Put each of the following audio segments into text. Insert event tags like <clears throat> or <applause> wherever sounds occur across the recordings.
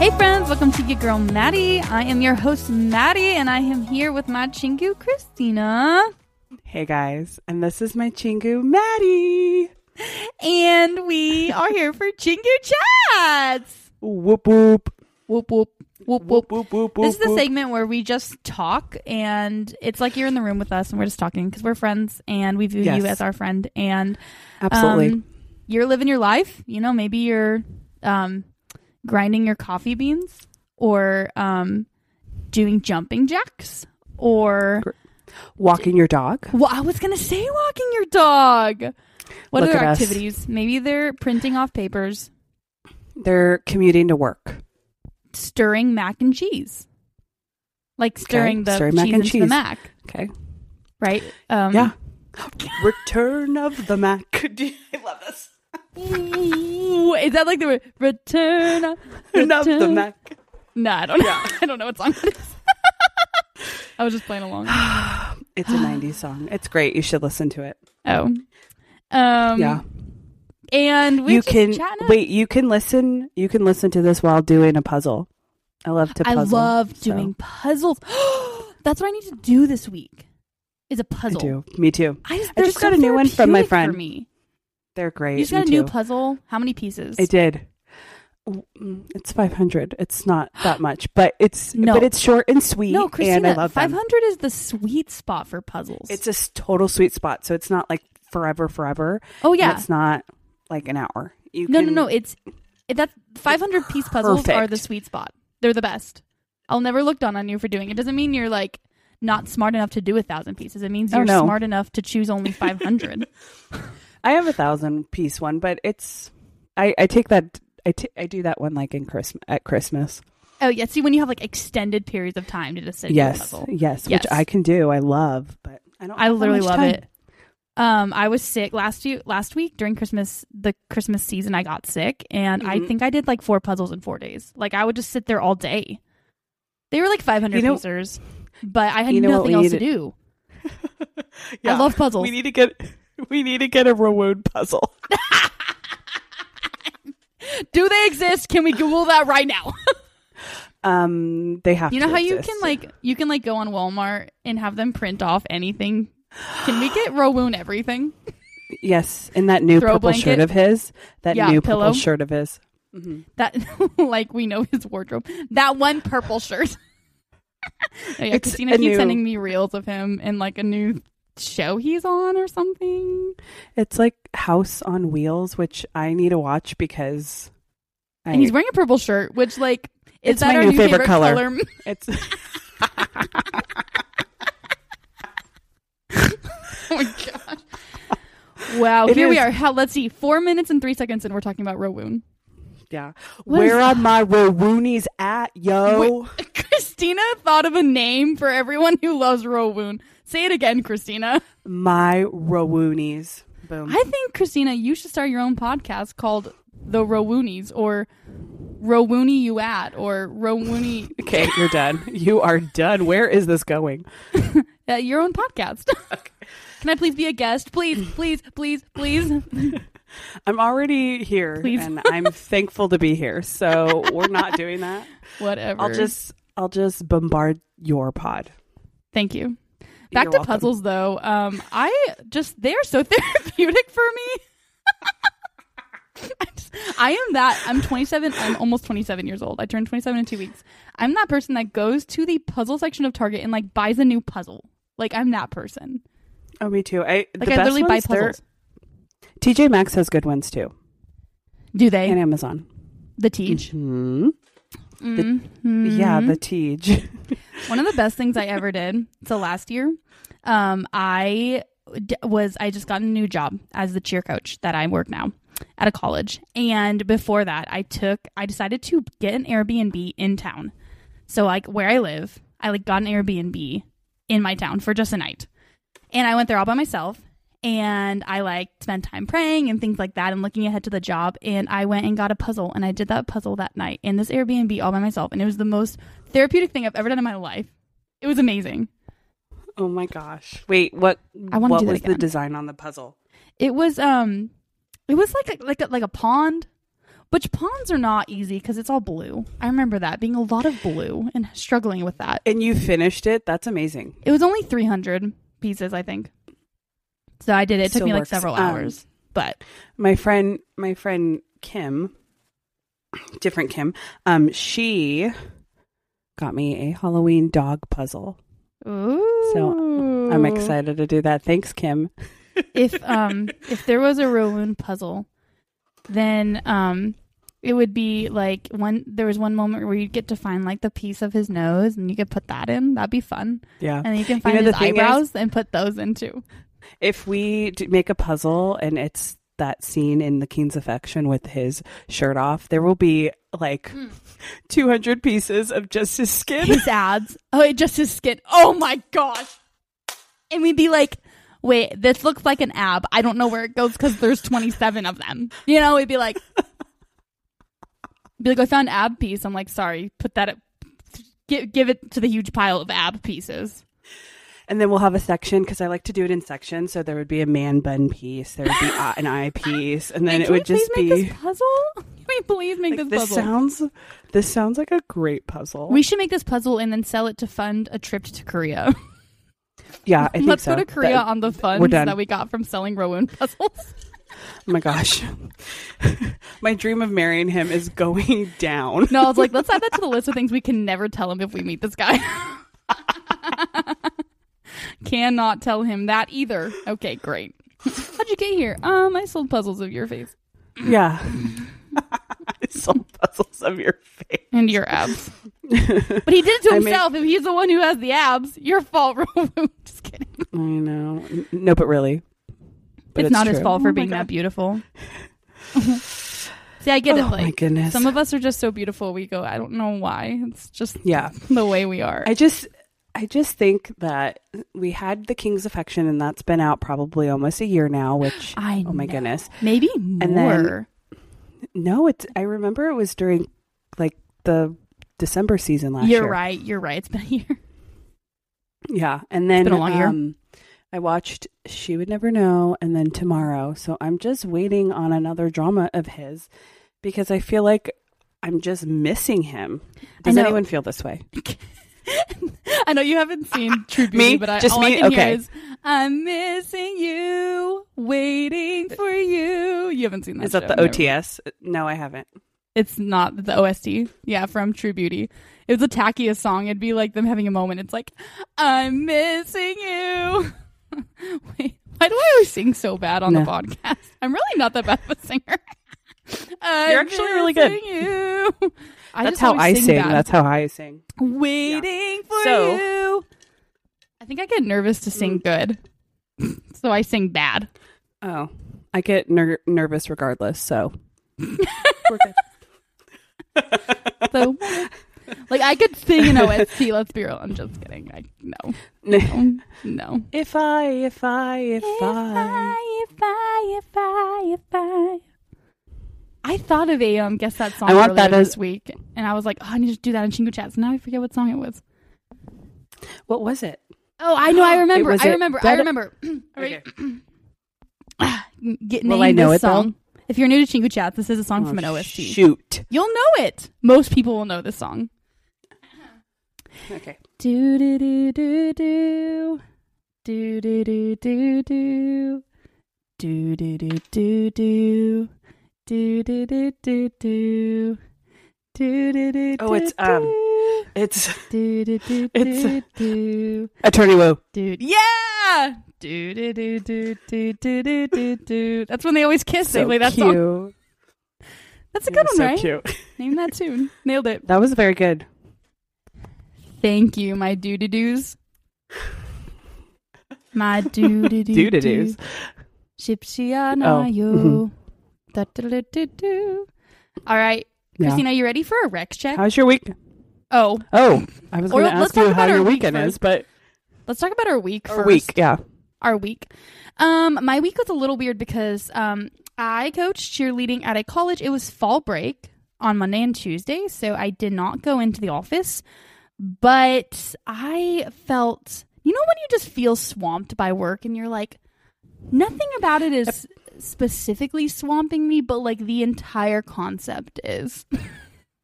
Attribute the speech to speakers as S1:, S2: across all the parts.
S1: Hey friends, welcome to your girl Maddie. I am your host Maddie, and I am here with my chingu Christina.
S2: Hey guys, and this is my Chingu Maddie.
S1: And we are here for Chingu Chats.
S2: Whoop whoop.
S1: Whoop whoop whoop
S2: Whoop
S1: whoop.
S2: whoop whoop.
S1: This is
S2: whoop,
S1: the
S2: whoop.
S1: segment where we just talk, and it's like you're in the room with us, and we're just talking because we're friends, and we view
S2: Yes.
S1: you as our friend, and
S2: Absolutely.
S1: um, you're living your life. You know, maybe you're um, grinding your coffee beans, or um, doing jumping jacks, or
S2: Walking your dog.
S1: Well, I was gonna say walking your dog. What
S2: Look
S1: other
S2: at us.
S1: activities? Maybe they're printing off papers,
S2: They're commuting to <laughs> work.
S1: stirring mac and cheese, like stirring the
S2: stirring
S1: cheese
S2: mac and
S1: into the
S2: cheese.
S1: mac,
S2: Okay.
S1: right? Um,
S2: Yeah. Return of the Mac. <laughs> I love this.
S1: Ooh, is that like the word? return? of-
S2: Return of the
S1: return-
S2: Mac.
S1: No, I don't know. <laughs> I don't know what song that is. <laughs> I was just playing along.
S2: It's
S1: <gasps>
S2: a 90s song. It's great. You should listen to it.
S1: Oh, um,
S2: yeah.
S1: And we
S2: You
S1: just
S2: can
S1: chatting up.
S2: wait, you can listen you can listen to this while doing a puzzle. I love to
S1: I
S2: puzzle.
S1: love
S2: so-
S1: doing puzzles. <gasps> That's what I need to do this week. Is a
S2: I
S1: puzzle.
S2: do. Me too.
S1: I just,
S2: I
S1: they're
S2: just
S1: so
S2: got a new one from my
S1: therapeutic
S2: friend.
S1: For me.
S2: They're great.
S1: You just
S2: Me
S1: got a new
S2: too.
S1: puzzle. How many pieces?
S2: I did. W- mm, It's five hundred. It's not that much, but it's
S1: No.
S2: but it's short and sweet.
S1: no,
S2: and I
S1: Christina,
S2: love
S1: five
S2: them.
S1: hundred is the sweet spot for puzzles.
S2: It's a s- total sweet spot, so it's not like forever, forever.
S1: oh
S2: and
S1: yeah,
S2: it's not like an hour. You
S1: no,
S2: can-
S1: no, no. It's it, that five hundred piece puzzles are
S2: Perfect.
S1: the sweet spot. They're the best. I'll never look down on you for doing it. Doesn't mean you're like not smart enough to do a thousand pieces. It means
S2: Oh,
S1: you're
S2: no.
S1: smart enough to choose
S2: <laughs>
S1: only five hundred.
S2: I have a thousand piece one, but it's I I take that I ta- I do that one like in Christmas at Christmas.
S1: oh yeah, see when you have like extended periods of time to just sit and do a
S2: Yes,
S1: puzzle.
S2: yes,
S1: Yes.
S2: which I can do. I love, but I don't.
S1: I
S2: have that
S1: literally
S2: much
S1: love
S2: time.
S1: it. Um, I was sick last year, last week during Christmas, the Christmas season. I got sick, and I
S2: Mhm.
S1: think I did like four puzzles in four days. Like I would just sit there all day. They were like five hundred
S2: You know-
S1: pieces, but I had
S2: you know what
S1: nothing
S2: we
S1: else to
S2: need to-
S1: do.
S2: Yeah.
S1: I love puzzles.
S2: <laughs> We need to get <laughs> we need to get a
S1: <laughs>
S2: reward puzzle.
S1: do they exist? Can we Google that right
S2: <laughs>
S1: now?
S2: Um, they have.
S1: you know
S2: to
S1: how you
S2: exist.
S1: can like you can like go on Walmart and have them print off anything. Can we get Rowoon everything?
S2: Yes, in that new
S1: Throw a
S2: purple shirt
S1: blanket.
S2: of his, that
S1: Yeah,
S2: new
S1: pillow. Mm-hmm.
S2: purple shirt of his.
S1: That <laughs> like we know his wardrobe. That one purple shirt. <laughs> oh, yeah,
S2: It's
S1: Christina
S2: a
S1: keeps
S2: new-
S1: sending me reels of him in like a new show he's on or something.
S2: It's like House on Wheels, which I need to watch because I,
S1: And he's wearing a purple shirt, which like is
S2: It's
S1: that
S2: my
S1: our
S2: new
S1: new
S2: favorite color.
S1: <laughs>
S2: it's <laughs>
S1: oh my gosh.
S2: <laughs>
S1: Wow,
S2: It
S1: here we
S2: is.
S1: are. How, let's see, four minutes and three seconds, and we're talking about Rowoon.
S2: yeah.
S1: What is
S2: Where
S1: <sighs>
S2: are my Roonies at, yo?
S1: <laughs> Christina thought of a name for everyone who loves Rowoon. Say it again, Christina.
S2: My Roonies. Boom.
S1: I think Christina, you should start your own podcast called The Rowoonies or Rowoony You At or
S2: <laughs>
S1: Rowoony
S2: okay, you're done. You are done. Where is this going?
S1: uh, your own podcast. <laughs> Can I please be a guest? Please, please, please, please. <laughs>
S2: I'm already here,
S1: Please.
S2: and
S1: <laughs>
S2: I'm thankful to be here. So we're not doing that.
S1: Whatever.
S2: I'll just I'll just bombard your pod.
S1: thank you. Back
S2: You're
S1: to
S2: welcome.
S1: puzzles though. Um I just they are so <laughs> therapeutic for me. <laughs> I just- I am that. I'm 27. I'm almost 27 years old. I turned 27 in two weeks. I'm that person that goes to the puzzle section of Target and like buys a new puzzle. Like I'm that person.
S2: Oh, me too. I the
S1: Like I
S2: best
S1: literally buy
S2: ones, they're-
S1: puzzles.
S2: TJ Maxx has good ones too,
S1: Do they?
S2: and Amazon.
S1: the teach.
S2: Hmm.
S1: Mhm.
S2: Yeah, the Tej.
S1: One of the best things I ever did. So last year, um, I d- was I just got a new job as the cheer coach that I work now at a college. And before that, I took I decided to get an Airbnb in town. So like where I live, I like got an Airbnb in my town for just a night. And I went there all by myself and I like spent time praying and things like that and looking ahead to the job and I went and got a puzzle and I did that puzzle that night in this Airbnb all by myself and it was the most therapeutic thing I've ever done in my life. It was amazing.
S2: <laughs> Oh my gosh! Wait, what?
S1: I wanna
S2: what
S1: do that
S2: was the
S1: again.
S2: design on the puzzle?
S1: It was um it was like a, like a, like a pond Which pawns are not easy because it's all blue. I remember that being a lot of blue and struggling with that.
S2: And you finished it. That's amazing.
S1: It was only 300 pieces, I think. So I did it. It took
S2: Still
S1: me like
S2: works.
S1: several
S2: Um,
S1: hours. But
S2: My friend, my friend Kim, different Kim. Um, she got me a Halloween dog puzzle.
S1: ooh.
S2: I'm excited to do that. Thanks, Kim.
S1: if
S2: <laughs>
S1: um if there was a Rowoon puzzle, then um it would be like one there was one moment where you'd get to find like the piece of his nose and you could put that in. That'd be fun.
S2: Yeah.
S1: And then you can find
S2: know, the
S1: his
S2: thing is-
S1: eyebrows and put those in too.
S2: If we d- make a puzzle and it's that scene in The King's Affection with his shirt off, there will be like
S1: Hmm.
S2: <laughs> 200 pieces of just
S1: <laughs>
S2: his skin.
S1: His abs. Oh, it just his skin. Oh my gosh. And we'd be like, wait, this looks like an ab. I don't know where it goes because there's 27 of them. You know, we'd be like, be like, I found ab piece. I'm like, sorry, put that, give, give it to the huge pile of ab pieces.
S2: And then we'll have a section because I like to do it in sections. So there would be a man bun piece, there would be a-
S1: <laughs>
S2: an eye piece, and then
S1: Wait,
S2: it
S1: can
S2: would
S1: we
S2: just
S1: please make
S2: be.
S1: this puzzle. <laughs> Can we please make this
S2: Like, this
S1: puzzle?
S2: sounds this sounds like a great puzzle.
S1: we should make this puzzle and then sell it to fund a trip to Korea. <laughs>
S2: yeah, Uh, I think
S1: Let's
S2: so.
S1: go to Korea
S2: That-
S1: on the
S2: we're
S1: funds
S2: done.
S1: that we got from selling Rowan puzzles.
S2: oh my gosh, <laughs> my dream of marrying him is going <laughs> down.
S1: <laughs> No, I was like, let's add that to the list of things we can never tell him if we meet this guy. <laughs> Cannot tell him that either. Okay, great. How'd you get here? Um, I sold puzzles of your face
S2: Yeah. <laughs> Some puzzles of your face.
S1: and your abs. But he did it to
S2: <laughs> I made-
S1: himself. If he's the one who has the abs, your fault, <laughs> Rowan. Just kidding.
S2: I know. N- No, but really. But
S1: it's, not his
S2: true.
S1: fault for
S2: Oh my
S1: being
S2: God.
S1: that beautiful. See, I <laughs> get it.
S2: Oh my
S1: like
S2: goodness.
S1: some of us are just so beautiful. We go, I don't know why. It's just
S2: yeah.
S1: the way we are.
S2: I just I just think that we had the King's affection and that's been out probably almost a year now, which
S1: I
S2: oh my
S1: know.
S2: goodness.
S1: Maybe more.
S2: And then- No, it's I remember it was during like the December season last
S1: You're
S2: year.
S1: right. You're right. It's been a year.
S2: Yeah. And then
S1: been a long year.
S2: um I watched She Would Never Know and then Tomorrow. So I'm just waiting on another drama of his because I feel like I'm just missing him. Does
S1: know.
S2: anyone feel this way?
S1: <laughs> I know you haven't
S2: <laughs>
S1: seen True Beauty,
S2: Me?
S1: but I,
S2: Just
S1: all I
S2: me?
S1: can hear
S2: Okay.
S1: is "I'm missing you, waiting for you." You haven't seen that?
S2: Uh, Is that
S1: show,
S2: the
S1: never-
S2: OTS? No, I haven't.
S1: It's not the OST. Yeah, from True Beauty. It was the tackiest song. It'd be like them having a moment. It's like "I'm missing you." <laughs> Wait, why do I always sing so bad on the
S2: No.
S1: podcast? I'm really not that bad of a singer. <laughs> I'm
S2: You're actually really good.
S1: missing You. I
S2: That's
S1: just
S2: how
S1: always
S2: I sing.
S1: bad.
S2: That's how I sing.
S1: waiting for
S2: So-
S1: you. I think I get nervous to sing
S2: <laughs>
S1: good, so I sing bad.
S2: Oh, I get ner- nervous regardless.
S1: <laughs>
S2: So We're good.
S1: So, like, I could sing an OST.
S2: <laughs>
S1: Let's be real. I'm just kidding. I no, no, no.
S2: if I, if I, if, I,
S1: if I, if I, if I. I thought of a um, guess that song
S2: I want
S1: earlier
S2: that as-
S1: this week, and I was like, oh, I need to do that in Chingu Chats. Now I forget what song it was.
S2: what was it?
S1: Oh, I know. I remember.
S2: was
S1: I
S2: <gasps> it
S1: remember. I
S2: Dead- <clears throat>
S1: remember. <clears throat> All right. <clears throat> Get,
S2: Will
S1: name
S2: I know
S1: this
S2: it, though?
S1: song. If you're new to Chingu Chat, this is a song from an
S2: Oh,
S1: OST.
S2: Shoot.
S1: You'll know it. Most people will know this song.
S2: Uh-huh. Okay.
S1: Do do do do do do do do do do do do do do do do do do do do do do do
S2: Oh, it's, um,
S1: <laughs>
S2: It's
S1: do do do
S2: it's-
S1: do do
S2: Attorney Wu.
S1: Dude. Yeah. Do do do do do do do do do. That's when they always kiss. they
S2: So
S1: play that
S2: cute.
S1: song. That's a
S2: Yeah,
S1: good one,
S2: so
S1: right? <laughs>
S2: cute.
S1: Name that tune. Nailed it.
S2: <laughs> That was very good.
S1: Thank you, my doo doo doos.
S2: <laughs>
S1: My doo doo doo
S2: Doo-doo-doos. Oh,
S1: Shipshianayo. Da da da da do. All right,
S2: Yeah.
S1: Christina, you ready for a rec check?
S2: How's your week?
S1: oh,
S2: Oh, I was
S1: Or
S2: going to
S1: let's
S2: ask
S1: talk
S2: you how
S1: about
S2: your
S1: our week
S2: weekend
S1: first.
S2: is, but
S1: let's talk about our week first.
S2: our week, yeah.
S1: our week. Um, my week was a little weird because um, I coached cheerleading at a college. It was fall break on Monday and Tuesday, so I did not go into the office. But I felt, you know, when you just feel swamped by work and you're like, nothing about it is specifically swamping me, but like the entire concept is.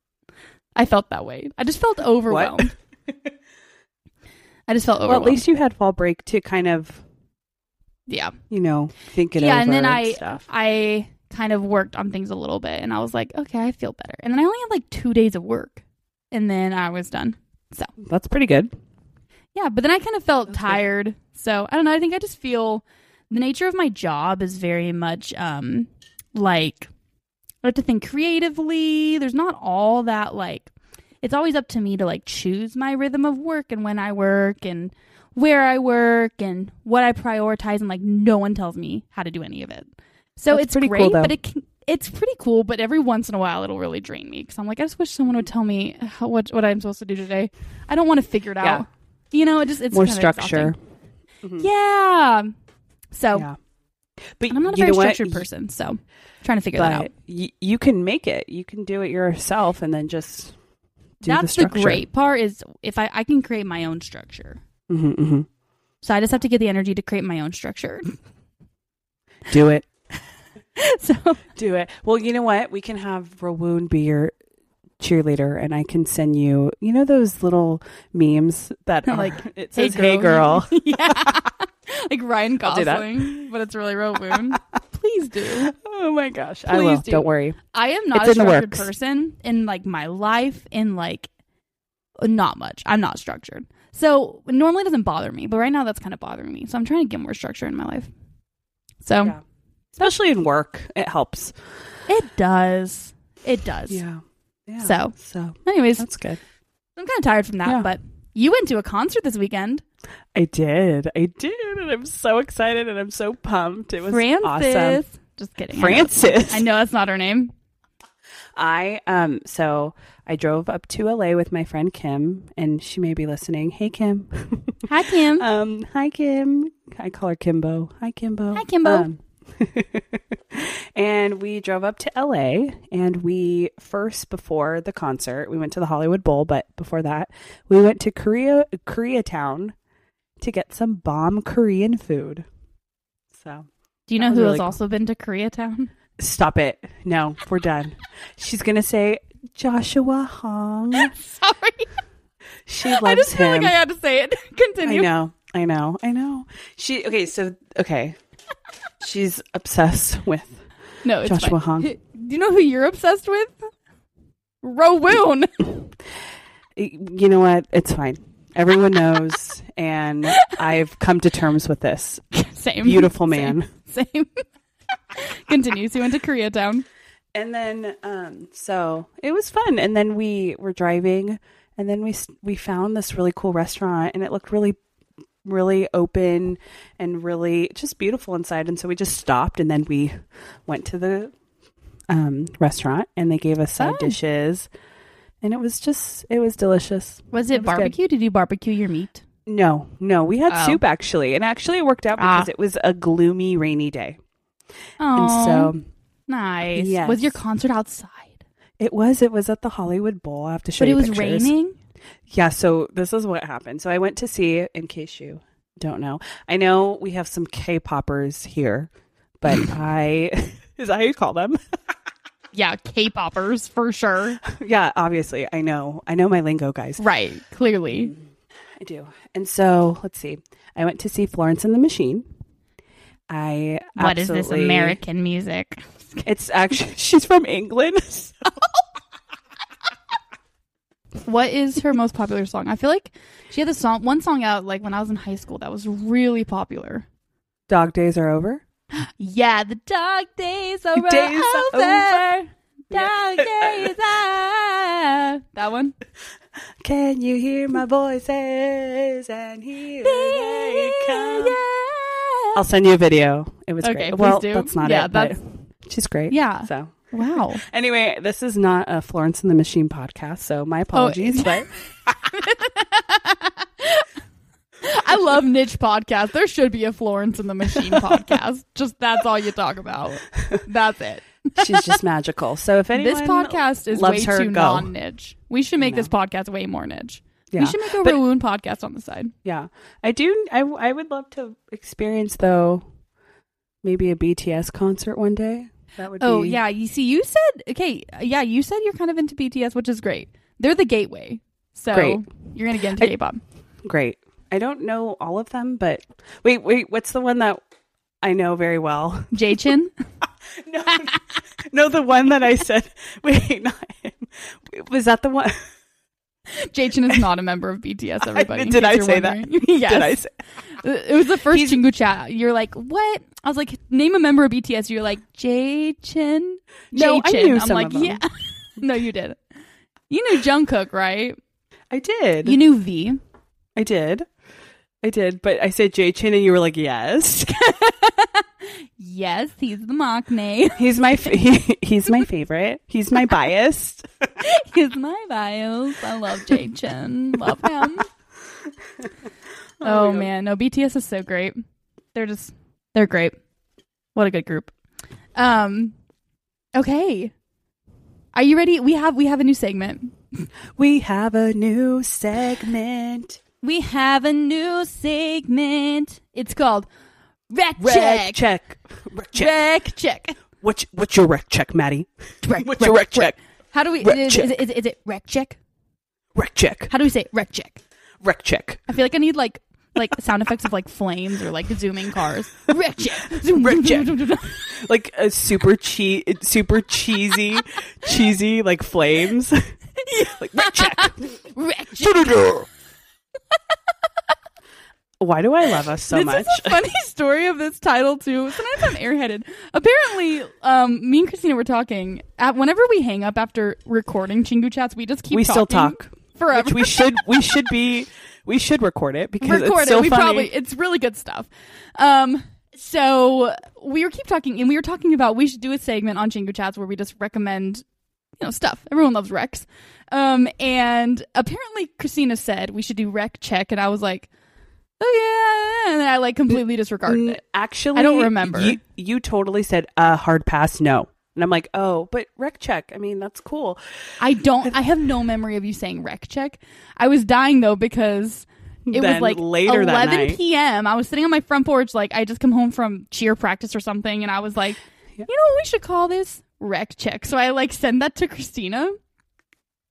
S1: <laughs> I felt that way. I just felt overwhelmed.
S2: <laughs>
S1: I just felt
S2: Well,
S1: overwhelmed.
S2: at least you had fall break to kind of,
S1: yeah.
S2: you know, think it
S1: Yeah,
S2: over
S1: and then I-
S2: stuff.
S1: I kind of worked on things a little bit and I was like, okay, I feel better. And then I only had like two days of work and then I was done.
S2: That's pretty good.
S1: Yeah, but then I kind of felt
S2: That's good.
S1: tired. So I don't know. I think I just feel the nature of my job is very much um like I have to think creatively. There's not all that like it's always up to me to like choose my rhythm of work and when I work and where I work and what I prioritize and like no one tells me how to do any of it. So
S2: That's
S1: it's
S2: pretty cool,
S1: great,
S2: though.
S1: but it can, it's pretty cool. But every once in a while, it'll really drain me because I'm like, I just wish someone would tell me how, what what I'm supposed to do today. I don't want to figure it
S2: Yeah.
S1: out. You know, it just it's
S2: More
S1: kinda
S2: structure.
S1: exhausting. Mm-hmm. Yeah. So
S2: Yeah. But
S1: and I'm not a
S2: you
S1: very
S2: know what?
S1: structured person, so trying to figure that out.
S2: but y- you can make it. You can do it yourself, and then just do the
S1: That's the,
S2: structure.
S1: great part is if I I can create my own structure.
S2: hmm hmm
S1: So I just have to get the energy to create my own
S2: <laughs>
S1: structure. <laughs>
S2: Do it.
S1: so
S2: Do it. Well, you know what? We can have Rawoon be your cheerleader, and I can send you. You know those little memes
S1: <laughs>
S2: that are,
S1: Like,
S2: it says "Hey girl."
S1: <laughs> yeah. Like Ryan
S2: I'll do that.
S1: Gosling, but it's really
S2: <laughs>
S1: Roboon. Please do.
S2: Oh my gosh! I
S1: Please
S2: will.
S1: do.
S2: Do. not worry.
S1: I am not
S2: It's
S1: a
S2: in the
S1: structured
S2: works.
S1: person in like my life, in like not much. I'm not structured. So it normally doesn't bother me, but right now that's kind of bothering me. So I'm trying to get more structure in my life. So
S2: Yeah. Especially in work, it helps.
S1: it does. It does.
S2: Yeah. Yeah.
S1: So.
S2: so
S1: Anyways,
S2: that's good.
S1: I'm kind of tired from that,
S2: Yeah.
S1: but you went to a concert this weekend.
S2: I did. I did, and I'm so excited, and I'm so pumped. It was
S1: Francis.
S2: awesome.
S1: Just kidding. I know-
S2: Francis.
S1: I know that's not her name.
S2: I um so I drove up to LA with my friend Kim and she may be listening. Hey Kim. <laughs>
S1: Hi, Kim.
S2: um hi Kim. I call her Kimbo. Hi Kimbo.
S1: Hi, Kimbo.
S2: Um, <laughs> and we drove up to LA and we first before the concert, we went to the Hollywood Bowl, but before that, we went to Korea Koreatown to get some bomb Korean food. So
S1: Do you
S2: that
S1: know
S2: was
S1: who
S2: really
S1: has
S2: cool.
S1: also been to Koreatown? <laughs>
S2: Stop it. No, we're done. She's going to say Joshua Hong.
S1: Sorry.
S2: She loves
S1: I just feel
S2: him.
S1: like I had to say it. <laughs>
S2: I
S1: Continue.
S2: know. I know. I know. She Okay, so okay. She's obsessed with
S1: No, it's fine.
S2: Joshua Hong.
S1: Who- Do you know who you're obsessed with? Rowoon. <laughs>
S2: You know what? It's fine. Everyone knows
S1: <laughs>
S2: and I've come to terms with this.
S1: Same.
S2: Beautiful man.
S1: Same. <laughs> Same. Continues. He went to Koreatown.
S2: And then um so it was fun and then we were driving and then we s- we found this really cool restaurant and it looked really really open and really just beautiful inside and so we just stopped and then we went to the um restaurant and they gave us side
S1: Oh.
S2: dishes and it was just it was delicious.
S1: Was
S2: It
S1: it
S2: was
S1: barbecue? Did you barbecue your meat?
S2: No, no, we had
S1: Oh.
S2: soup actually and actually it worked out because
S1: Ah.
S2: it was a gloomy rainy day.
S1: Oh,
S2: And so
S1: nice.
S2: Yes.
S1: Was your concert outside?
S2: it was it was at the Hollywood Bowl. I have to show
S1: But it
S2: you
S1: was
S2: pictures.
S1: raining.
S2: Yeah, so this is what happened. So I went to see, in case you don't know, I know we have some K poppers here,
S1: <clears throat>
S2: but I, <laughs> is that how you call them? <laughs>
S1: Yeah, K-poppers for sure.
S2: yeah, obviously. I know. I know my lingo, guys.
S1: Right. Clearly.
S2: I do. And so let's see. I went to see Florence and the Machine. I
S1: What is this
S2: absolutely-
S1: American music?
S2: <laughs> It's actually, <laughs> she's from England. <laughs>
S1: What is her most popular song? I feel like she had this song, one song out like when I was in high school that was really popular.
S2: Dog days are over.
S1: Yeah, the dog days are
S2: Days are
S1: over.
S2: over.
S1: Dog days are. <laughs> That one.
S2: Can you hear my voices? And here they come.
S1: Yeah.
S2: I'll send you a video. It was
S1: Okay,
S2: great.
S1: please
S2: Well,
S1: do.
S2: that's not
S1: Yeah,
S2: it. But
S1: that's-
S2: she's great.
S1: Yeah.
S2: So
S1: Wow.
S2: anyway, this is not a Florence and the Machine podcast, so my apologies.
S1: Oh, it's- <laughs>
S2: but
S1: I love niche podcasts. There should be a Florence and the Machine podcast. Just that's all you talk about. That's it.
S2: she's just magical. So if anyone
S1: this podcast is way
S2: loves her,
S1: too
S2: go.
S1: non niche. We should make
S2: I
S1: this podcast way more niche.
S2: yeah,
S1: We should make a
S2: But-
S1: Rowoon podcast on the side.
S2: yeah, I do. I I would love to experience though Maybe a BTS concert one day. That would
S1: Oh
S2: be
S1: yeah, you see, you said okay. Yeah, you said you're kind of into BTS, which is great. They're the gateway, so
S2: Great.
S1: you're gonna get into
S2: I-
S1: K-pop.
S2: great. I don't know all of them, but wait, wait, what's the one that I know very well?
S1: <laughs> Jay Chin,
S2: No, <laughs> no, the one that I said. <laughs> Wait, not him. Was that the one?
S1: Jay Chin is not a member of BTS. Everybody, in
S2: did
S1: case
S2: I
S1: you're
S2: say that?
S1: <laughs> wondering. yes,
S2: Did I say?
S1: it was the first Chingu chat. You're like, what? I was like, name a member of BTS. You're like, Jay Chin.
S2: No,
S1: Jay
S2: I
S1: Chin.
S2: knew
S1: am
S2: some
S1: like,
S2: of them.
S1: yeah. <laughs> no, you did. not You knew Jungkook, right?
S2: I did.
S1: You knew V.
S2: I did. I did. But I said Jay Chin, and you were like, yes.
S1: Yes, he's the Maknae.
S2: <laughs> He's my fa- he, he's my favorite. He's my biased.
S1: <laughs> He's my bios. I love Jay Chin. Love
S2: <laughs>
S1: him. oh
S2: Oh my God.
S1: man, no BTS is so great. They're just they're great. What a good group. Um okay. Are you ready? We have we have a new segment.
S2: We have a new segment.
S1: We have a new segment. It's called Rec
S2: Rec
S1: Check.
S2: check. Rec check.
S1: Rec Check.
S2: What's what's your rec check, Maddie?
S1: Rec,
S2: What's your rec check?
S1: How do we
S2: Rec
S1: is,
S2: check.
S1: is, it- is, it- is it Rec Check?
S2: Rec check.
S1: How do we say it? Rec Check?
S2: Rec check.
S1: I feel like I need like like sound effects of like flames or like zooming cars. Rec Check. Zoom
S2: Rec
S1: zoom,
S2: check.
S1: zoom, zoom, zoom.
S2: Like a super chee super cheesy, cheesy like <laughs> flames. like rec <laughs> check.
S1: <laughs> Rec Check.
S2: Why do I love us <laughs> so
S1: this
S2: much?
S1: is a funny story of this title too. Sometimes I'm airheaded. Apparently, um, me and Christina were talking. At, whenever we hang up after recording Chingu chats, we just keep
S2: we
S1: talking
S2: still talk.
S1: forever.
S2: Which we should we should be we should record it because
S1: record
S2: it's so
S1: it. We
S2: funny.
S1: probably it's really good stuff. Um, so we were keep talking, and we were talking about we should do a segment on Jingo Chats where we just recommend you know stuff. Everyone loves Rex. Um, and apparently Christina said we should do Rec Check, and I was like, oh yeah, and I like completely disregarded
S2: N-
S1: it.
S2: Actually,
S1: I don't remember.
S2: You, you totally said a uh, hard pass, no, and I'm like, oh, but rec check. I mean, that's cool.
S1: I don't. I have no memory of you saying Rec Check. I was dying though because. It was
S2: Then
S1: like
S2: later that
S1: 11
S2: night.
S1: p.m. I was sitting on my front porch, like I just come home from cheer practice or something, and I was
S2: <sighs>
S1: like, you know what we should call this? Rec check. So I like send that to Christina.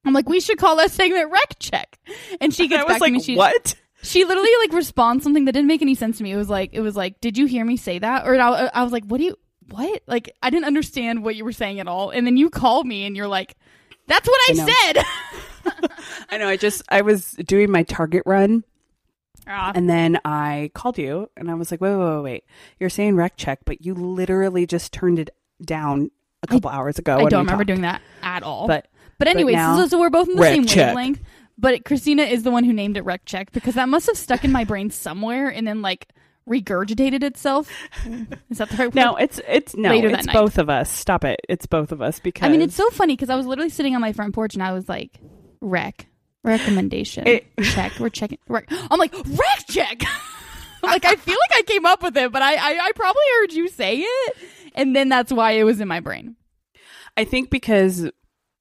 S1: I'm like, we should call that segment rec check. And she
S2: <laughs> I
S1: gets
S2: was
S1: back to
S2: like,
S1: me. She,
S2: what?
S1: she literally like responds something that didn't make any sense to me. It was like, it was like, did you hear me say that? Or I, I was like, what do you, what? Like, I didn't understand what you were saying at all. And then you call me and you're like, that's what I,
S2: know.
S1: said.
S2: <laughs> I know. I just I was doing my Target run,
S1: Ah,
S2: and then I called you, and I was like, wait, wait, wait, wait. You're saying rec check, but you literally just turned it down a couple hours ago.
S1: I
S2: when
S1: don't
S2: we
S1: remember
S2: talked.
S1: doing that at all.
S2: But
S1: But anyways,
S2: now-
S1: so, so we're both in the
S2: Rec
S1: same
S2: check.
S1: wavelength. But Christina is the one who named it Rec Check because that must have stuck in my brain somewhere and then like regurgitated itself. Is that the right
S2: no,
S1: word?
S2: it's it's no,
S1: Later that
S2: it's
S1: night.
S2: both of us. Stop it. It's both of us because
S1: I mean, it's so funny because I was literally sitting on my front porch and I was like, Rec recommendation
S2: It- <laughs>
S1: check. We're checking. Rec. I'm like Rec Check. <laughs> like I feel like I came up with it, but I, I I probably heard you say it, and then that's why it was in my brain.
S2: I think because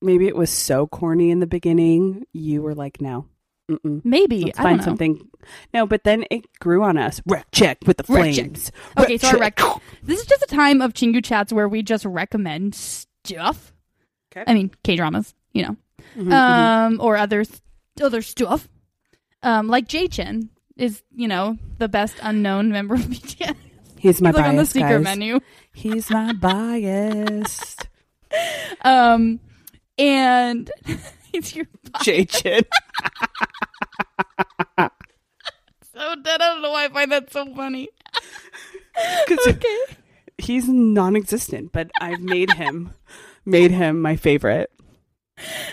S2: maybe it was so corny in the beginning, you were like, no, mm-mm,
S1: Maybe
S2: let's
S1: I
S2: find
S1: don't know.
S2: something. No, but then it grew on us. Rec check with the
S1: Rec check.
S2: flames.
S1: Okay, so our
S2: check.
S1: rec- This is just a time of Chingu chats where we just recommend stuff.
S2: Okay.
S1: I mean, K dramas, you know,
S2: Mhm, mhm.
S1: um, or other other stuff. Um, like Jay Chin is, you know, the best unknown <laughs> member of BTS.
S2: He's my
S1: like mm-hmm. on the
S2: bias,
S1: secret
S2: guys.
S1: menu. <laughs>
S2: He's my bias.
S1: Um, and <laughs> it's your
S2: Jay Chin.
S1: so dead. I don't know why I find that so funny.
S2: <laughs> 'Cause
S1: <laughs> Okay.
S2: <laughs> He's non-existent, but I've made him, made him my favorite.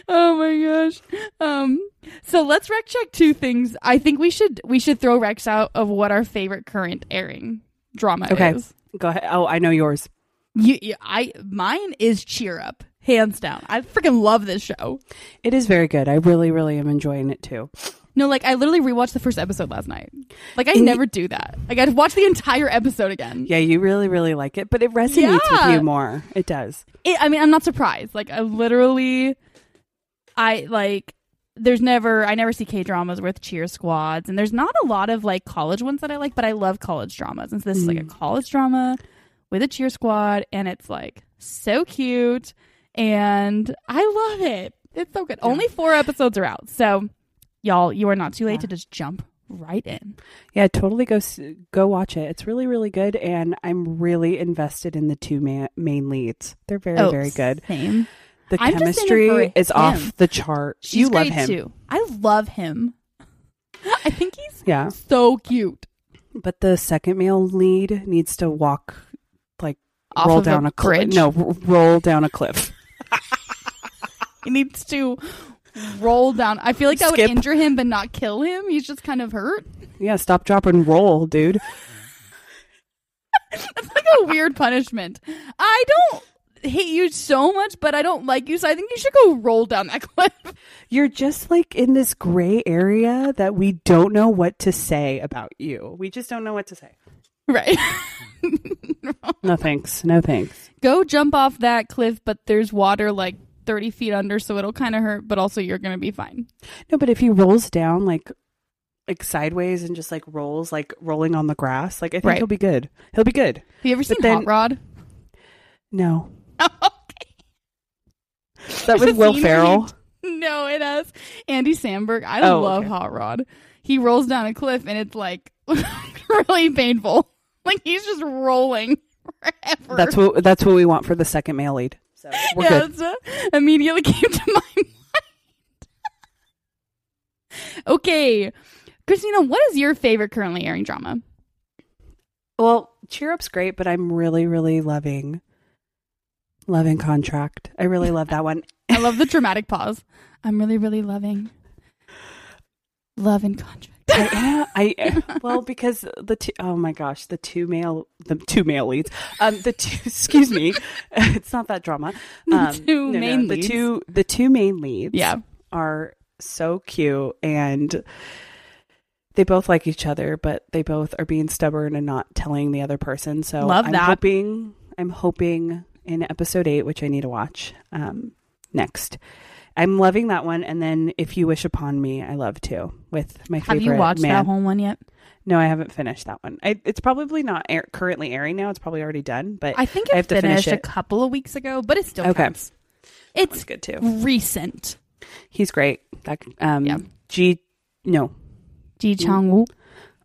S1: Oh my gosh. Um so let's rec check two things. I think we should we should throw Rex out of what our favorite current airing drama
S2: Okay.
S1: is.
S2: Go ahead. Oh, I know yours.
S1: You, you I mine is Cheer Up, hands down. I freaking love this show.
S2: It is very good. I really, really am enjoying it too.
S1: No, like I literally rewatched the first episode last night. Like I
S2: And
S1: never do that. Like I'd watch the entire episode again.
S2: Yeah, you really, really like it, but it resonates
S1: Yeah.
S2: with you more. It does.
S1: it, I mean, I'm not surprised. Like, I literally, I like, there's never, I never see K dramas with cheer squads,
S2: Mm.
S1: and there's not a lot of like college ones that I like, but I love college dramas. And so this is like a college drama with a cheer squad, and it's like so cute, and I love it. It's so good. Only four episodes are out, so y'all, you are not too late to just jump right in.
S2: Yeah, totally go s- go watch it. It's really really good, and I'm really invested in the two ma- main leads. They're very
S1: Oh,
S2: very good.
S1: Same.
S2: The
S1: I'm just in it for
S2: chemistry is
S1: him.
S2: off the chart.
S1: She's
S2: you love
S1: great
S2: him,
S1: too. I love him. <laughs> I think he's
S2: yeah.
S1: so cute.
S2: But the second male lead needs to walk like
S1: Off
S2: roll
S1: of a
S2: down a cliff.
S1: bridge?
S2: No, r- roll down a cliff.
S1: <laughs> He needs to roll down. I feel like that
S2: Skip.
S1: would injure him, but not kill him. He's just kind of hurt.
S2: yeah, stop, drop, and roll, dude.
S1: That's <laughs> like a <laughs> weird punishment. I don't hate you so much, but I don't like you, so I think you should go roll down that <laughs> cliff.
S2: You're just like in this gray area that we don't know what to say about you. We just don't know what to say.
S1: Right.
S2: No thanks. No thanks.
S1: <laughs> go jump off that cliff, but there's water like 30 feet under, so it'll kind of hurt, but also you're going to be fine.
S2: No, but if he rolls down like like sideways and just like rolls like rolling on the grass, like I think
S1: Right.
S2: he'll be good. He'll be good.
S1: Have you ever seen
S2: then-
S1: Hot Rod? <laughs>
S2: No.
S1: okay.
S2: Is <laughs> that
S1: There's
S2: with
S1: a
S2: Will
S1: scene where
S2: Ferrell?
S1: he- <laughs> no, it has Andy Samberg. I
S2: Oh,
S1: love
S2: okay.
S1: Hot Rod. He rolls down a cliff and it's like <laughs> really painful. <laughs> Like he's just rolling forever.
S2: That's what that's what we want for the second male lead. So we're
S1: yeah,
S2: good.
S1: that's what immediately <laughs> came to my mind. okay, Christina, what is your favorite currently airing drama?
S2: Well, cheer up's great, but I'm really, really loving loving contract. I really love that one.
S1: I love the dramatic pause. I'm really, really loving love and contract. <laughs>
S2: I, I <laughs> well because the two, oh my gosh the two male the two male leads um the two <laughs> excuse me it's not that drama
S1: The
S2: um,
S1: two main
S2: the
S1: leads.
S2: two the two main leads
S1: Yeah,
S2: are so cute and they both like each other but they both are being stubborn and not telling the other person so
S1: Love
S2: I'm
S1: that.
S2: hoping I'm hoping in episode 8 which I need to watch um next I'm loving that one and then if you wish upon me I love too with my
S1: have
S2: favorite
S1: you watched
S2: man.
S1: that whole one yet?
S2: No, I haven't finished that one. I, it's probably not air, currently airing now. It's probably already done, but
S1: I think
S2: I
S1: it
S2: have to finish
S1: finished a
S2: it.
S1: couple of weeks ago, but it still
S2: Okay.
S1: counts.
S2: it's
S1: It's
S2: good too.
S1: recent.
S2: He's great. That um,
S1: Yeah.
S2: G, no,
S1: Ji Chang Woo.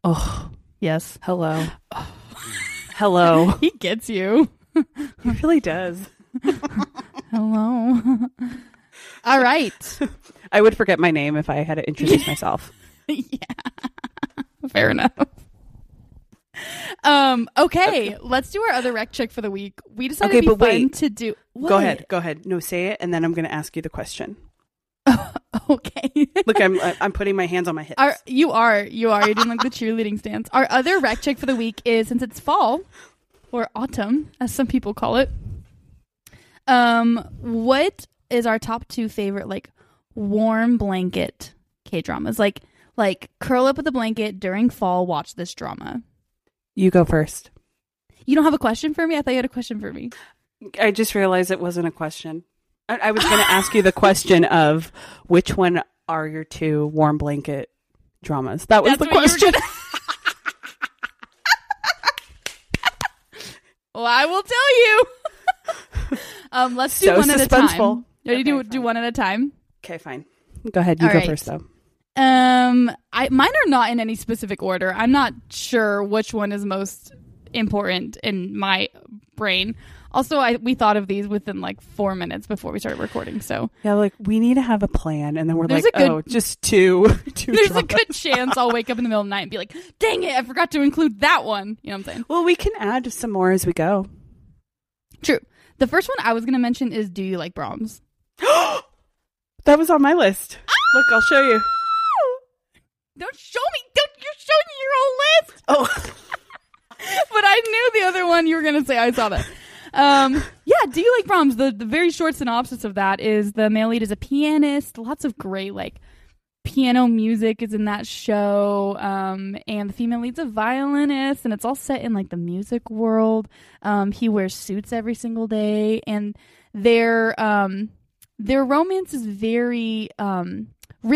S2: oh,
S1: Yes, <laughs>
S2: hello, <sighs> hello.
S1: he gets you.
S2: he really does.
S1: Hello. <laughs> All
S2: <laughs>
S1: right.
S2: I would forget my name if I had to introduce myself.
S1: yeah. <laughs> Fair enough. Um, okay, let's do our other rec check for the week. We decided
S2: Okay,
S1: it'd
S2: but
S1: be fun
S2: wait.
S1: to do
S2: Go
S1: What?
S2: ahead, go ahead. No, say it, and then I'm going to ask you the question.
S1: <laughs> Okay.
S2: Look, I'm uh, I'm putting my hands on my hips.
S1: Our, you <laughs> are, you are. You're doing like the cheerleading stance. Our other rec check for the week is since it's fall or autumn, as some people call it. Um, what is our top two favorite like warm blanket K dramas? Like, like curl up with a blanket during fall. Watch this drama.
S2: you go first.
S1: You don't have a question for me? I thought you had a question for me.
S2: I just realized it wasn't a question. I, I was going to ask you the question of which one are your two warm blanket dramas. That was
S1: That's
S2: the
S1: what you were
S2: question.
S1: <laughs> Well, I will tell you. <laughs> um, let's do
S2: So
S1: one at a
S2: suspenseful.
S1: time. Ready
S2: Okay,
S1: to
S2: fine.
S1: do one at a time?
S2: Okay, fine. Go ahead. You
S1: All
S2: go
S1: right.
S2: first, though.
S1: Um, I mine are not in any specific order. I'm not sure which one is most important in my brain. Also, I we thought of these within like four minutes before we started recording, so
S2: Yeah, like we need to have a plan, and then we're
S1: There's
S2: like,
S1: a good-
S2: oh, just two, <laughs> two.
S1: there's
S2: dramas.
S1: a good chance I'll wake up in the middle of the night and be like, "Dang it, I forgot to include that one." You know what I'm saying?
S2: Well, we can add some more as we go. <gasps>
S1: True. The first one I was gonna mention is "Do you like Brahms?"
S2: That was on my list. Look, I'll show you.
S1: Don't show me. Don't you're showing your whole list.
S2: Oh, <laughs>
S1: but I knew the other one you were going to say. I saw that. Um, yeah, do you like Brahms? The, the very short synopsis of that is the male lead is a pianist. Lots of great like piano music is in that show, um, and the female lead's a violinist, and it's all set in like the music world. Um, he wears suits every single day, and their um, their romance is very um,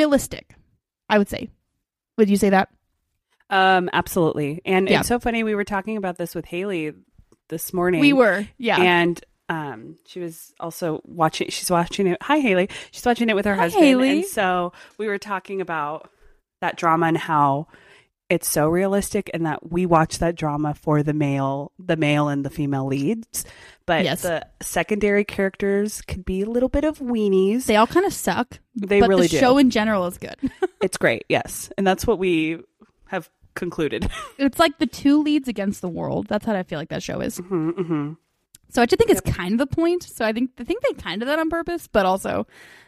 S1: realistic. I would say. Would you say that?
S2: um, absolutely. And
S1: Yeah.
S2: it's so funny. We were talking about this with Haley this morning.
S1: We were, yeah.
S2: And um, she was also watching. She's watching it. Hi, Haley. She's watching it with her
S1: Hi,
S2: husband.
S1: Haley.
S2: And so we were talking about that drama and how it's so realistic, and that we watch that drama for the male, the male and the female leads, but
S1: Yes.
S2: the secondary characters could be a little bit of weenies.
S1: they all kind of suck.
S2: They
S1: but
S2: really
S1: the
S2: do.
S1: show in general is good. <laughs>
S2: it's great, yes, and that's what we have concluded.
S1: it's like the two leads against the world. That's how I feel like that show is.
S2: Mhm,
S1: mm-hmm.
S2: mhm.
S1: So I just think it's kind of the point. So I think I think they kind of did that on purpose, but also,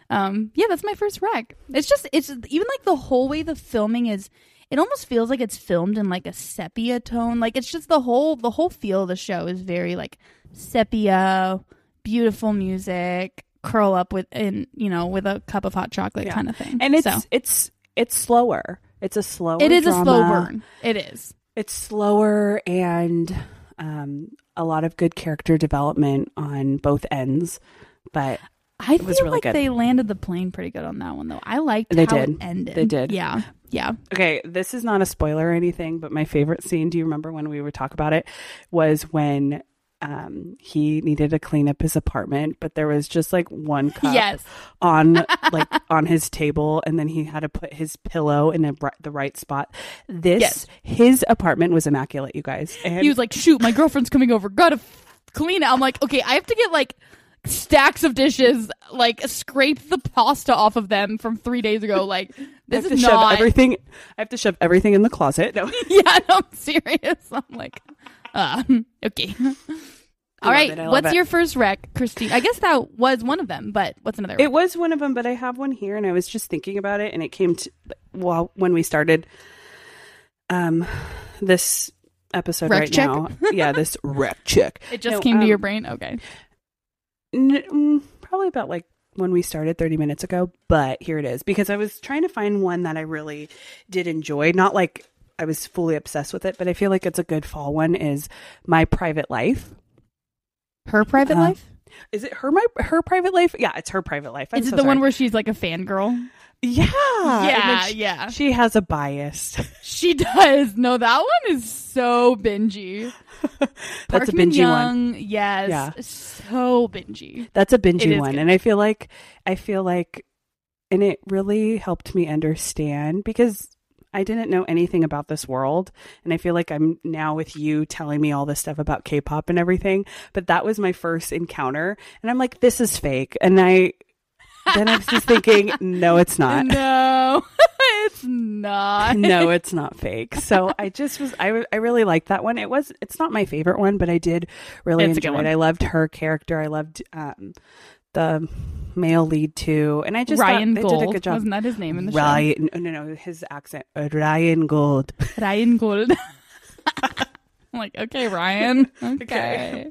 S1: um, yeah, that's my first rec. It's just it's even like the whole way the filming is. It almost feels like it's filmed in like a sepia tone. Like it's just the whole the whole feel of the show is very like sepia, beautiful music, curl up with in you know with a cup of hot chocolate
S2: Yeah.
S1: kind of thing.
S2: And it's
S1: so,
S2: it's it's slower. It's a slower.
S1: it is a slow
S2: drama.
S1: burn. It is.
S2: it's slower and um, a lot of good character development on both ends. But
S1: I
S2: was
S1: feel
S2: really
S1: like
S2: good.
S1: they landed the plane pretty good on that one though. I liked
S2: They
S1: how
S2: did.
S1: it ended.
S2: They did.
S1: Yeah. Yeah.
S2: okay, this is not a spoiler or anything. But my favorite scene, do you remember when we would talk about it? Was when um, he needed to clean up his apartment, but there was just like one cup
S1: Yes.
S2: <laughs> on like on his table, and then he had to put his pillow in a, bri- the right spot. This
S1: Yes.
S2: his apartment was immaculate, you guys. And
S1: he was like, "Shoot, my girlfriend's coming over. Gotta f- clean it." I'm like, "Okay, I have to get like stacks of dishes. Like, scrape the pasta off of them from three days ago.
S2: <laughs>
S1: Like,
S2: I have
S1: this
S2: to
S1: is
S2: shove
S1: not.
S2: everything. I have to shove everything in the closet. No.
S1: <laughs> yeah, no, I'm serious. I'm like, uh, okay." All
S2: love
S1: right,
S2: it, I love
S1: what's
S2: it.
S1: your first rec, Christine? I guess that was one of them, but what's another?
S2: It was one of them, but I have one here, and I was just thinking about it, and it came to well when we started um this episode
S1: Rec
S2: right
S1: check? <laughs>
S2: now. Yeah, this rec check.
S1: rec? It just
S2: No,
S1: came to
S2: um,
S1: your brain. Okay,
S2: N- mm, probably about like when we started 30 minutes ago, but here it is because I was trying to find one that I really did enjoy. Not like I was fully obsessed with it, but I feel like it's a good fall one. Is my private life?
S1: her private
S2: uh,
S1: life.
S2: Is it her my her private life? Yeah, it's her private life. I'm
S1: Is it
S2: so
S1: the one
S2: sorry.
S1: where she's like a fangirl?
S2: Yeah, And then
S1: yeah,
S2: she-
S1: yeah,
S2: She has a bias. <laughs>
S1: she does. No, that one is so bingy.
S2: That's a
S1: Parkman
S2: bingey
S1: Young,
S2: one.
S1: Yes.
S2: Yeah.
S1: So bingy.
S2: That's a
S1: It
S2: bingey
S1: is
S2: one.
S1: good.
S2: And I feel like I feel like and it really helped me understand because I didn't know anything about this world and I feel like I'm now with you telling me all this stuff about K-pop and everything, but that was my first encounter and I'm like this is fake and I then I was just thinking no
S1: <laughs>
S2: it's not.
S1: No, it's <laughs> not.
S2: no, it's not fake. So I just was, I, I really liked that one. It was, it's not my favorite one, but I did really
S1: It's a good
S2: enjoy it.
S1: one.
S2: I loved her character. I loved um, the male lead too. And I just thought
S1: Ryan
S2: they
S1: Gold.
S2: did a good job.
S1: Wasn't that his name in the
S2: Ryan, no, no, no, his accent, Uh, Ryan Gold.
S1: show? Ryan Gold. <laughs> I'm like, okay, Ryan. Okay.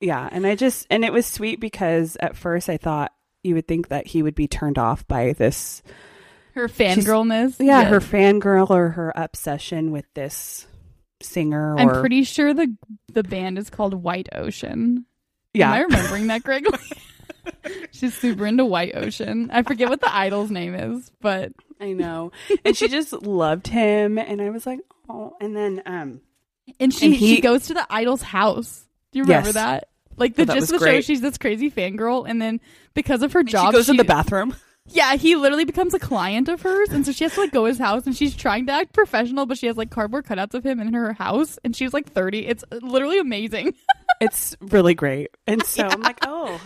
S2: Yeah. And I just, and it was sweet because at first I thought you would think that he would be turned off by this,
S1: Her fangirlness.
S2: yeah,
S1: yes.
S2: her fangirl or her obsession with this singer or,
S1: I'm pretty sure the the band is called White Ocean.
S2: yeah.
S1: Am I remembering that correctly? <laughs> She's super into White Ocean. I forget what the idol's name is, but
S2: I know. And she just loved him and I was like, "Oh." And then um
S1: And she
S2: And he-
S1: she goes to the idol's house. Do you remember
S2: Yes. Oh,
S1: that? Like the
S2: that
S1: gist
S2: was
S1: of the show,
S2: great.
S1: she's this crazy fangirl, and then because of her job,
S2: she goes in
S1: she-
S2: the bathroom.
S1: Yeah, he literally becomes a client of hers, and so she has to like go to his house, and she's trying to act professional, but she has like cardboard cutouts of him in her house, and she's like thirty. It's literally amazing. <laughs>
S2: It's really great. And so I'm like, "Oh."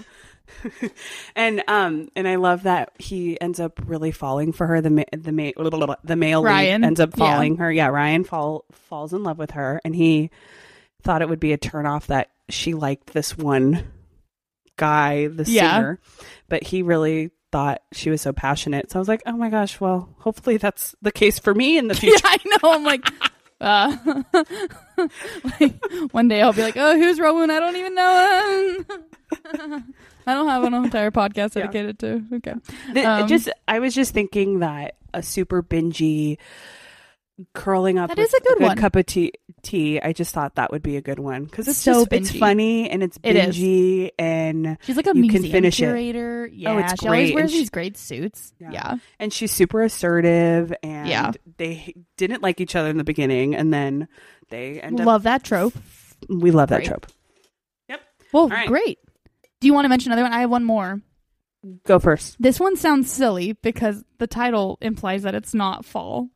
S2: <laughs> and um and I love that he ends up really falling for her the ma- the ma- blah, blah, blah, blah, the male lead
S1: Ryan.
S2: ends up
S1: Yeah.
S2: falling her. Yeah, Ryan fall falls in love with her and he thought it would be a turnoff that she liked this one guy, the
S1: Yeah.
S2: singer, but he really thought she was so passionate. So I was like, oh my gosh, well, hopefully that's the case for me in
S1: <laughs>
S2: the
S1: yeah,
S2: future.
S1: I know. I'm like, uh, <laughs> like, one day I'll be like, oh, who's Rowan? I don't even know. him." <laughs> I don't have an entire podcast
S2: Yeah.
S1: dedicated to. Okay.
S2: The-
S1: Um,
S2: just I was just thinking that a super bingy curling up
S1: That
S2: with
S1: is a good one.
S2: cup of tea tea. I just thought that would be a good one because it's
S1: So
S2: so it's
S1: bingy.
S2: funny and it's
S1: It is.
S2: bingy and
S1: She's like a
S2: You can
S1: museum
S2: finish it. Oh,
S1: curator. Yeah,
S2: it's
S1: she
S2: great.
S1: always wears
S2: And she-
S1: these great suits.
S2: Yeah.
S1: Yeah.
S2: and she's super assertive and
S1: Yeah.
S2: they didn't like each other in the beginning and then they end up
S1: love that trope.
S2: we love that
S1: Right.
S2: trope.
S1: Well,
S2: right.
S1: great. Do you want to mention another one? I have one more.
S2: Go first.
S1: This one sounds silly because the title implies that it's not fall.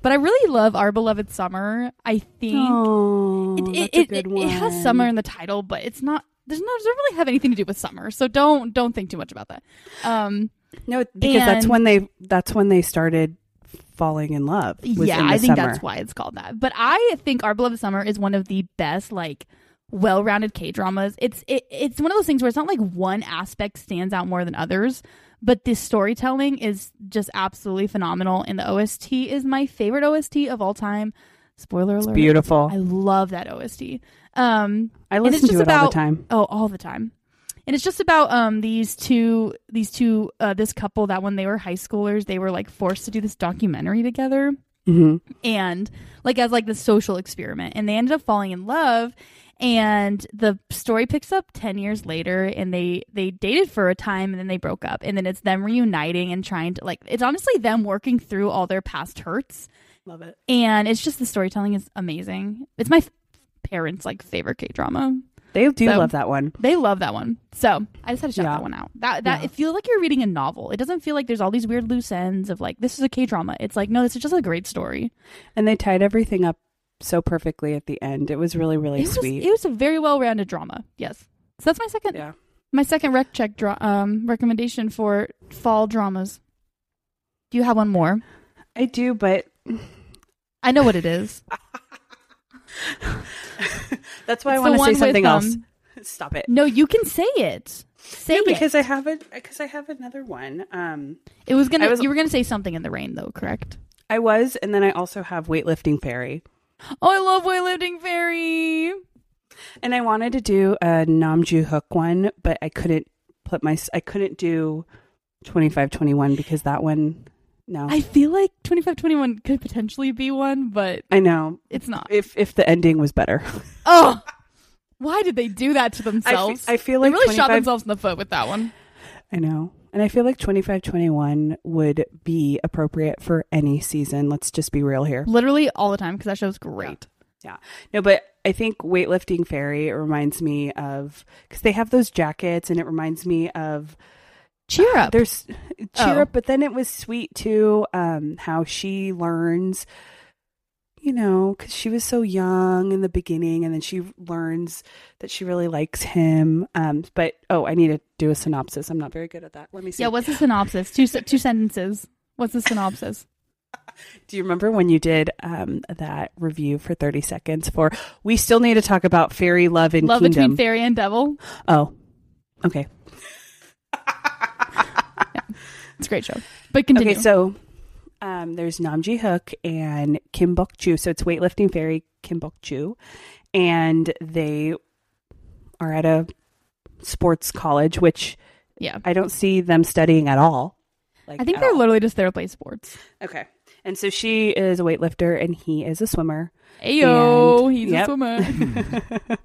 S1: But I really love Our Beloved Summer. I think
S2: Oh,
S1: it, it, it, it- it has summer in the title, but it's not there's not doesn't really have anything to do with summer. So don't don't think too much about that. Um
S2: No, because that's
S1: and-
S2: when they that's when they started falling in love. was
S1: yeah,
S2: in the
S1: I think
S2: summer.
S1: that's why it's called that. But I think Our Beloved Summer is one of the best like well-rounded K-dramas. It's it, it's one of those things where it's not like one aspect stands out more than others, but the storytelling is just absolutely phenomenal and the OST is my favorite OST of all time. Spoiler alert.
S2: beautiful.
S1: I love that OST. Um
S2: I,
S1: and it's
S2: listen
S1: just
S2: to it all
S1: about-
S2: the time.
S1: Oh, all the time. And it's just about um these two these two uh, this couple that when they were high schoolers they were like forced to do this documentary together Mm-hmm.
S2: hmm
S1: and like as like the social experiment and they ended up falling in love and the story picks up 10 years later and they they dated for a time and then they broke up and then it's them reuniting and trying to like it's honestly them working through all their past hurts
S2: Love it.
S1: and it's just the storytelling is amazing it's my f- parents like favorite k-drama
S2: They do
S1: So-
S2: love that one.
S1: they love that one. So I just had to shout
S2: Yeah.
S1: that one out. That that
S2: Yeah.
S1: it feels like you're reading a novel. It doesn't feel like there's all these weird loose ends of like this is a K drama. It's like no, this is just a great story.
S2: And they tied everything up so perfectly at the end. It was really, really
S1: it was
S2: sweet.
S1: it was a very well rounded drama. Yes. So that's my second
S2: yeah.
S1: my second rec check dra- um recommendation for fall dramas. Do you have one more?
S2: I
S1: <laughs>
S2: do, but
S1: I know what it
S2: <laughs>
S1: is.
S2: that's why I
S1: It's the
S2: want to
S1: one with,
S2: say something else.
S1: um,
S2: Stop it.
S1: no, you can say it. Say
S2: No, because
S1: it.
S2: I have it. Because I have another one. Um,
S1: It was gonna.
S2: I was-
S1: you were gonna say something in the rain though, correct?
S2: I was, and then I also have weightlifting fairy,
S1: Oh, I love weightlifting fairy.
S2: and I wanted to do a Namju Hook one, but I couldn't put my. I couldn't do twenty five twenty one because that one. No, I,
S1: I feel like 2521 could potentially be one, but
S2: know.
S1: it's not.
S2: If if the ending
S1: <laughs>
S2: was better,
S1: Oh, why did they do that to
S2: I fe-
S1: themselves?
S2: I feel
S1: they
S2: like
S1: really shot
S2: 25
S1: themselves in the foot with that one.
S2: I know. And I feel like 2521 would be appropriate for any season. Let's just be real here.
S1: Literally all the time because that show's great.
S2: No, but I think Weightlifting Fairy reminds me of because they have those jackets and it reminds me of <laughs>
S1: Cheer up.
S2: there's cheer
S1: Oh.
S2: up, but then it was sweet too. Um, how she learns, you know, because she was so young in the beginning and then she learns that she really likes him. Um, but oh, I need to do a synopsis. I'm not very good at that. Let me see.
S1: yeah, what's the synopsis? Two se- two sentences. What's
S2: <laughs>
S1: the synopsis?
S2: Do you remember when you did um, that review for 30 seconds for We Still Need to Talk About Fairy Love and
S1: Love
S2: Kingdom?
S1: between fairy and devil.
S2: oh,
S1: <laughs>
S2: okay.
S1: It's a great show. But continue.
S2: Okay, so um, there's Namji Hook and Kim Bok Chu. So it's Weightlifting Fairy Kim Bok Chu. And they are at a sports college, which
S1: yeah.
S2: I don't see them studying at all. Like,
S1: I think
S2: at
S1: they're
S2: all.
S1: literally just there to play sports.
S2: Okay. And so she is a weightlifter and he is
S1: <laughs>
S2: a swimmer.
S1: Ayo,
S2: And-
S1: he's a
S2: yep. <laughs>
S1: swimmer.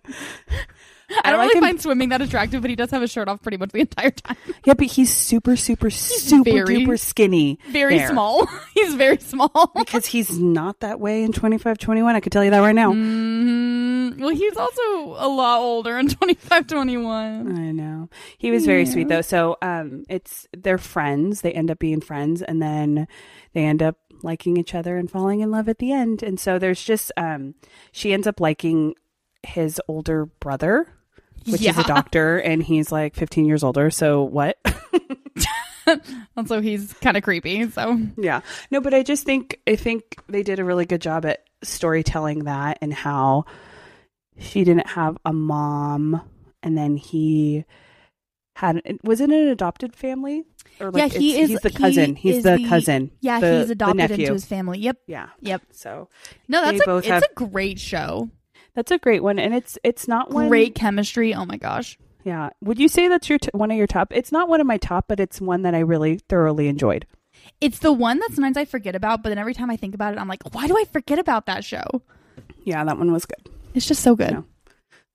S1: I
S2: I
S1: don't
S2: like
S1: really
S2: him-
S1: find swimming that attractive, but he does have a shirt off pretty much the entire time. <laughs>
S2: Yeah, but he's super, super, super
S1: very-
S2: duper skinny.
S1: Very
S2: there.
S1: small. <laughs> he's very small.
S2: because he's not that way in 25 21 i could tell you that right now
S1: Mm, well, he's also a lot older in 25, 21.
S2: i know he was very
S1: Yeah.
S2: sweet though so um it's they're friends they end up being friends and then they end up liking each other and falling in love at the end and so there's just um she ends up liking his older brother which is
S1: Yeah. <laughs>
S2: a doctor and he's like 15 years older so what
S1: Also, he's kind of creepy. So,
S2: Yeah. No, but I just think I think they did a really good job at storytelling that and how she didn't have a mom and then he had was it an adopted family? Or
S1: Yeah, he
S2: it's-
S1: is-
S2: he's the
S1: he
S2: cousin. he's
S1: is
S2: the,
S1: the-
S2: cousin.
S1: yeah,
S2: the-
S1: he's
S2: the
S1: adopted
S2: nephew.
S1: into his family. Yep.
S2: Yeah.
S1: Yep.
S2: So
S1: No,
S2: They
S1: that's a,
S2: both
S1: it's
S2: have-
S1: a great show.
S2: that's a great one and it's it's not one
S1: Great chemistry. Oh my gosh.
S2: Yeah. Would you say that's your t- one of your top? It's not one of my top, but it's one that I really thoroughly enjoyed.
S1: It's the one that sometimes I forget about, but then every time I think about it, I'm like, why do I forget about that show?
S2: Yeah, that one was good.
S1: It's just so good.
S2: No.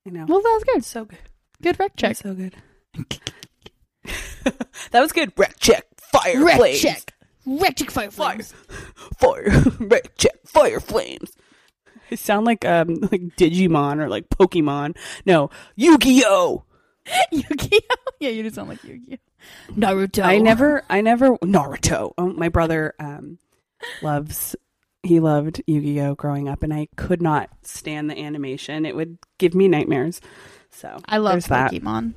S2: I know.
S1: Well, that was good.
S2: It's so good.
S1: Good rec check.
S2: So good. <laughs> that was good. Rec check. Fire
S1: Rec
S2: flames.
S1: check. Rec check fire <laughs> flames.
S2: Fire. <laughs> Rec check. Fire flames. I sound like um like Digimon or like Pokemon. No, Yu-Gi-Oh.
S1: Yu-Gi-Oh. Yeah, you do sound like Yu-Gi-Oh. Naruto.
S2: I never, I never Naruto. Oh, my brother um, loves. He loved Yu-Gi-Oh growing up, and I could not stand the animation. It would give me nightmares. So
S1: I love
S2: there's that.
S1: Pokemon.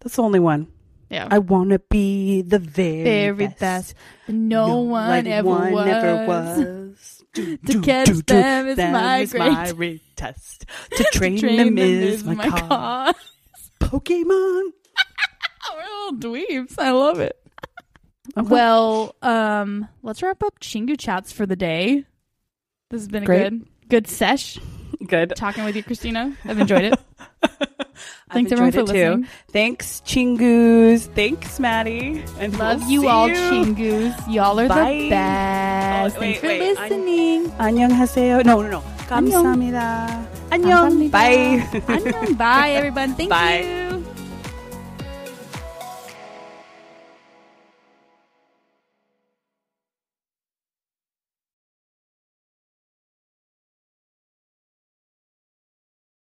S2: That's the only one.
S1: Yeah.
S2: I want to be the very,
S1: Very
S2: best.
S1: best. no, one
S2: like
S1: ever
S2: one
S1: was. <laughs>
S2: ever was. To
S1: catch them is my great- <laughs>
S2: test. To train,
S1: Train
S2: them, is my, cause.
S1: <laughs> cause.
S2: Pokemon.
S1: Oh, We're all dweebs. I love it.
S2: Okay.
S1: Well, um, let's wrap up Chingu chats for the day. This has been a
S2: Great.
S1: good, good sesh
S2: good. <laughs>
S1: talking with you, Christina. I've enjoyed it.
S2: I've
S1: Thanks everyone for
S2: enjoyed it, too.
S1: listening.
S2: Thanks, Chingus. Thanks, Maddie. And
S1: Love
S2: we'll
S1: you
S2: see
S1: all,
S2: you.
S1: Chingus. Y'all are
S2: Bye.
S1: the best.
S2: Oh, wait,
S1: Thanks for
S2: wait. I'm-
S1: listening.
S2: Annyeong haseo. No, no, no.
S1: Annyeong.
S2: Kamsahamnida. Annyeong. Bye. <laughs>
S1: Annyeong. Bye, everyone. Thank
S2: Bye.
S1: you.